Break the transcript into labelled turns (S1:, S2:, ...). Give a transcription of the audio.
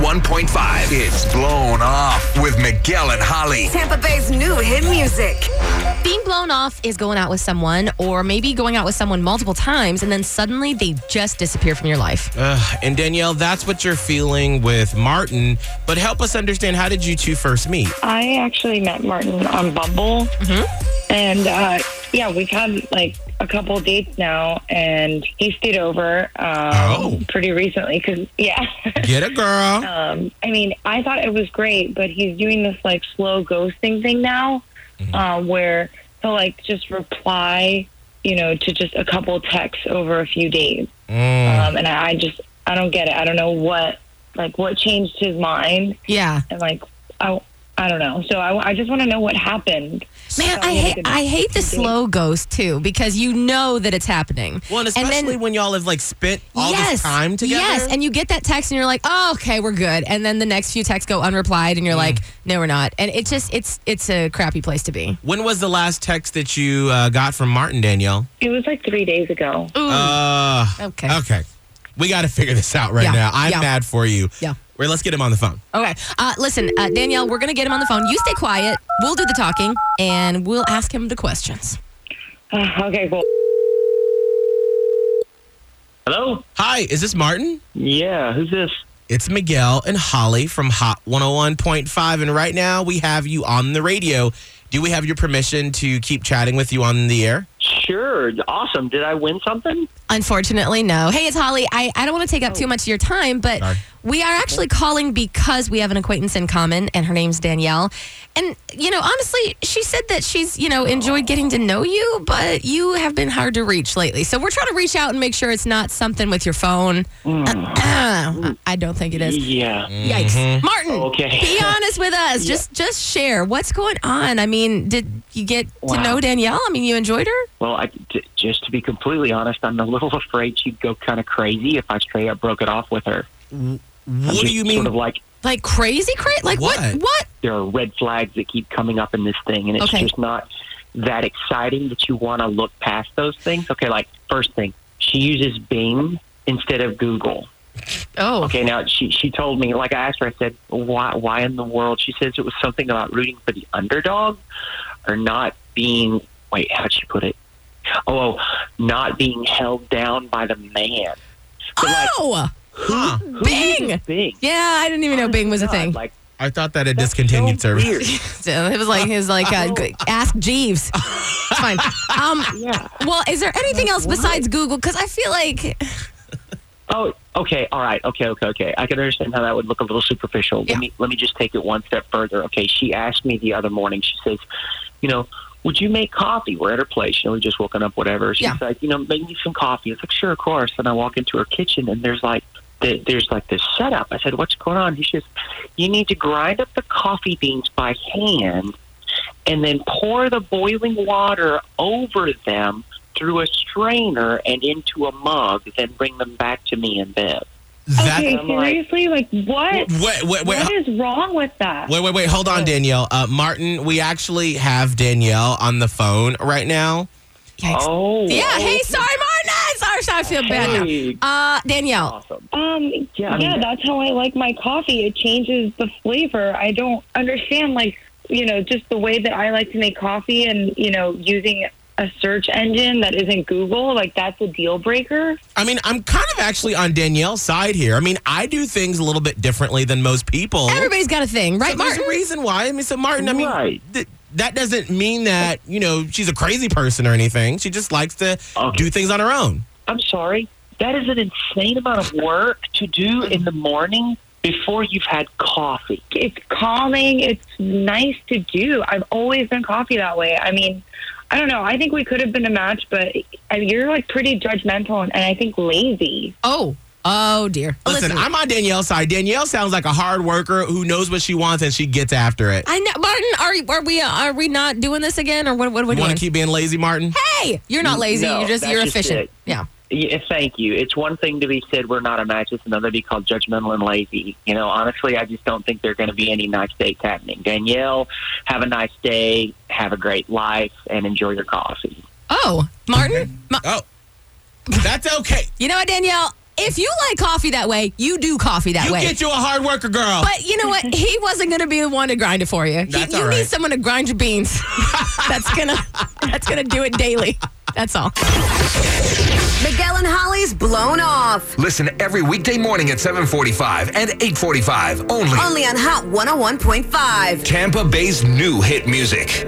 S1: 101.5. It's blown off with Miguel and Holly.
S2: Tampa Bay's new hit music.
S3: Being blown off is going out with someone, or maybe going out with someone multiple times, and then suddenly they just disappear from your life.
S4: Ugh. And Danielle, that's what you're feeling with Martin. But help us understand how did you two first meet?
S5: I actually met Martin on Bumble,
S4: Mm-hmm.
S5: and uh, yeah, we've had like a couple of dates now, and he stayed over um,
S4: Oh.
S5: pretty recently because yeah.
S4: Get a girl.
S3: Uh,
S5: um, I mean, I thought it was great, but he's doing this like slow ghosting thing now,
S4: Mm-hmm.
S5: uh, where he'll like just reply, you know, to just a couple texts over a few days,
S4: Mm.
S5: um, and I, I just I don't get it. I don't know what like what changed his mind,
S3: Yeah.
S5: and like I. I don't know. So I, I just want to know what happened.
S3: Man,
S5: So
S3: I
S5: we had a
S3: hate
S5: good
S3: I hate the
S5: date.
S3: slow ghost too because you know that it's happening.
S4: Well, and especially
S3: then-
S4: when y'all have like spent all
S3: yes,
S4: this time together.
S3: Yes, and you get that text and you're like, "Oh, okay, we're good." And then the next few texts go unreplied and you're
S4: Mm.
S3: like, "No, we're not." And it just it's it's a crappy place to be.
S4: when was the last text that you uh, got from Martin, Danielle?
S5: It was like three days ago.
S4: Uh,
S3: Hmm. Okay.
S4: Okay. We got to figure this out right
S3: Yeah.
S4: now. I'm
S3: Yeah.
S4: mad for you.
S3: Yeah.
S4: Wait, let's get him on the phone.
S3: Okay. Uh, listen, uh, Danielle, we're going to get him on the phone. You stay quiet. We'll do the talking and we'll ask him the questions.
S5: Uh, okay, cool.
S6: Hello?
S4: Hi, is this Martin?
S6: Yeah, who's this?
S4: It's Miguel and Holly from Hot 101.5. And right now we have you on the radio. Do we have your permission to keep chatting with you on the air?
S6: Sure. Awesome. Did I win something?
S3: Unfortunately, no. Hey, it's Holly. I, I don't want to take up
S6: Oh.
S3: too much of your time, but
S4: Sorry.
S3: we are actually calling because we have an acquaintance in common, and her name's Danielle. And, you know, honestly, she said that she's, you know, enjoyed getting to know you, but you have been hard to reach lately. So we're trying to reach out and make sure it's not something with your phone. I don't think it is.
S4: Mm.
S6: Yeah.
S3: Yikes.
S4: Mm-hmm.
S3: Martin,
S6: Mm. Mm-hmm. Oh, Okay.
S3: be honest with us. Just just share what's going on. I mean, did you get to
S6: Wow.
S3: know Danielle? I mean, you enjoyed her?
S6: Well, I, j- just to be completely honest, I'm a little afraid she'd go kind of crazy if I straight up broke it off with her. I'm
S4: What do
S6: just
S4: you mean?
S6: Sort of like
S3: Like crazy crazy? Like what?
S4: What?
S3: What?
S6: there are red flags that keep coming up in this thing, and it's
S3: Okay.
S6: just not that exciting that you want to look past those things. Okay, like first thing, she uses Bing instead of Google.
S3: Oh.
S6: Okay, now she she told me like I asked her, I said, why why in the world? She says it was something about rooting for the underdog, or not being wait how'd she put it? Oh, oh, not being held down by the man.
S3: Oh!
S4: huh.
S6: Who
S3: Bing!
S6: uses Bing.
S3: Yeah, I didn't even know Bing was a
S6: Oh God,
S3: thing.
S6: Like
S4: I thought that had discontinued
S6: so
S4: service.
S6: weird.
S3: So it was like it was like uh, g- ask Jeeves. It's fine. Um
S6: Yeah.
S3: well, is there anything else besides Google cuz I feel like
S6: Oh, okay. All right. Okay. Okay. Okay. I can understand how that would look a little superficial.
S3: Yeah.
S6: Let me let me just take it one step further. Okay. She asked me the other morning. She says, you know, would you make coffee? We're at her place. You know, we just woken up. Whatever. She's
S3: Yeah.
S6: like, you know, make me some coffee. It's like, sure, of course. And I walk into her kitchen, and there's like. th- There's like this setup. I said, "What's going on?" He says, "You need to grind up the coffee beans by hand, and then pour the boiling water over them through a strainer and into a mug, then bring them back to me in bed.
S4: That,
S5: okay,
S6: I'm like-
S5: seriously, like, what?
S4: wait, wait, wait.
S5: what is wrong with that?
S4: Wait, wait, wait. Hold on, Danielle. Uh, Martin, we actually have Danielle on the phone right now.
S3: yikes.
S6: Oh,
S3: Yeah, hey, sorry Martin. Sorry, sorry, I feel bad now.
S6: Hey,
S3: Uh Danielle,
S6: awesome.
S5: Um,
S6: Yeah,
S5: yeah,
S6: I mean-
S5: that's how I like my coffee. It changes the flavor. I don't understand, like, you know, just the way that I like to make coffee and, you know, using a search engine that isn't Google. Like, that's a deal breaker.
S4: I mean, I'm kind of actually on Danielle's side here. I mean, I do things a little bit differently than most people.
S3: everybody's got a thing, right,
S4: Oh. So there's
S3: Martin?
S4: a reason why. I mean, so Martin, I mean,
S6: Right.
S4: th- that doesn't mean that, you know, she's a crazy person or anything. She just likes to
S6: Okay.
S4: do things on her own.
S6: I'm sorry. That is an insane amount of work to do in the morning before you've had coffee.
S5: It's calming. It's nice to do. I've always done coffee that way. I mean, I don't know. I think we could have been a match, but I- you're, like, pretty judgmental and, and I think lazy.
S3: Oh, oh dear.
S4: Listen, I'm on Danielle's side. Danielle sounds like a hard worker who knows what she wants and she gets after it.
S3: I know, Martin. Are are we are we not doing this again, or what? What are we
S4: You want
S3: doing?
S4: to keep being lazy, Martin?
S3: hey, you're not lazy.
S6: No,
S3: you're just
S6: that's
S3: you're
S6: just
S3: efficient.
S6: it.
S3: Yeah.
S6: Yeah, thank you. It's one thing to be said we're not a match. It's another to be called judgmental and lazy. You know, honestly, I just don't think there are going to be any nice dates happening. Danielle, have a nice day, have a great life, and enjoy your coffee.
S3: Oh, Martin. Ma-
S4: Oh, that's okay.
S3: you know what, Danielle? if you like coffee that way, you do coffee that
S4: You
S3: way.
S4: get you a hard worker, girl.
S3: but you know what? He wasn't going to be the one to grind it for you. He-
S4: That's
S3: you
S4: all
S3: need
S4: right.
S3: someone to grind your beans. that's gonna that's gonna do it daily. That's all.
S2: Miguel and Holly's Blown Off.
S1: Listen every weekday morning at 745 and 845 only.
S2: Only on Hot 101.5.
S1: Tampa Bay's new hit music.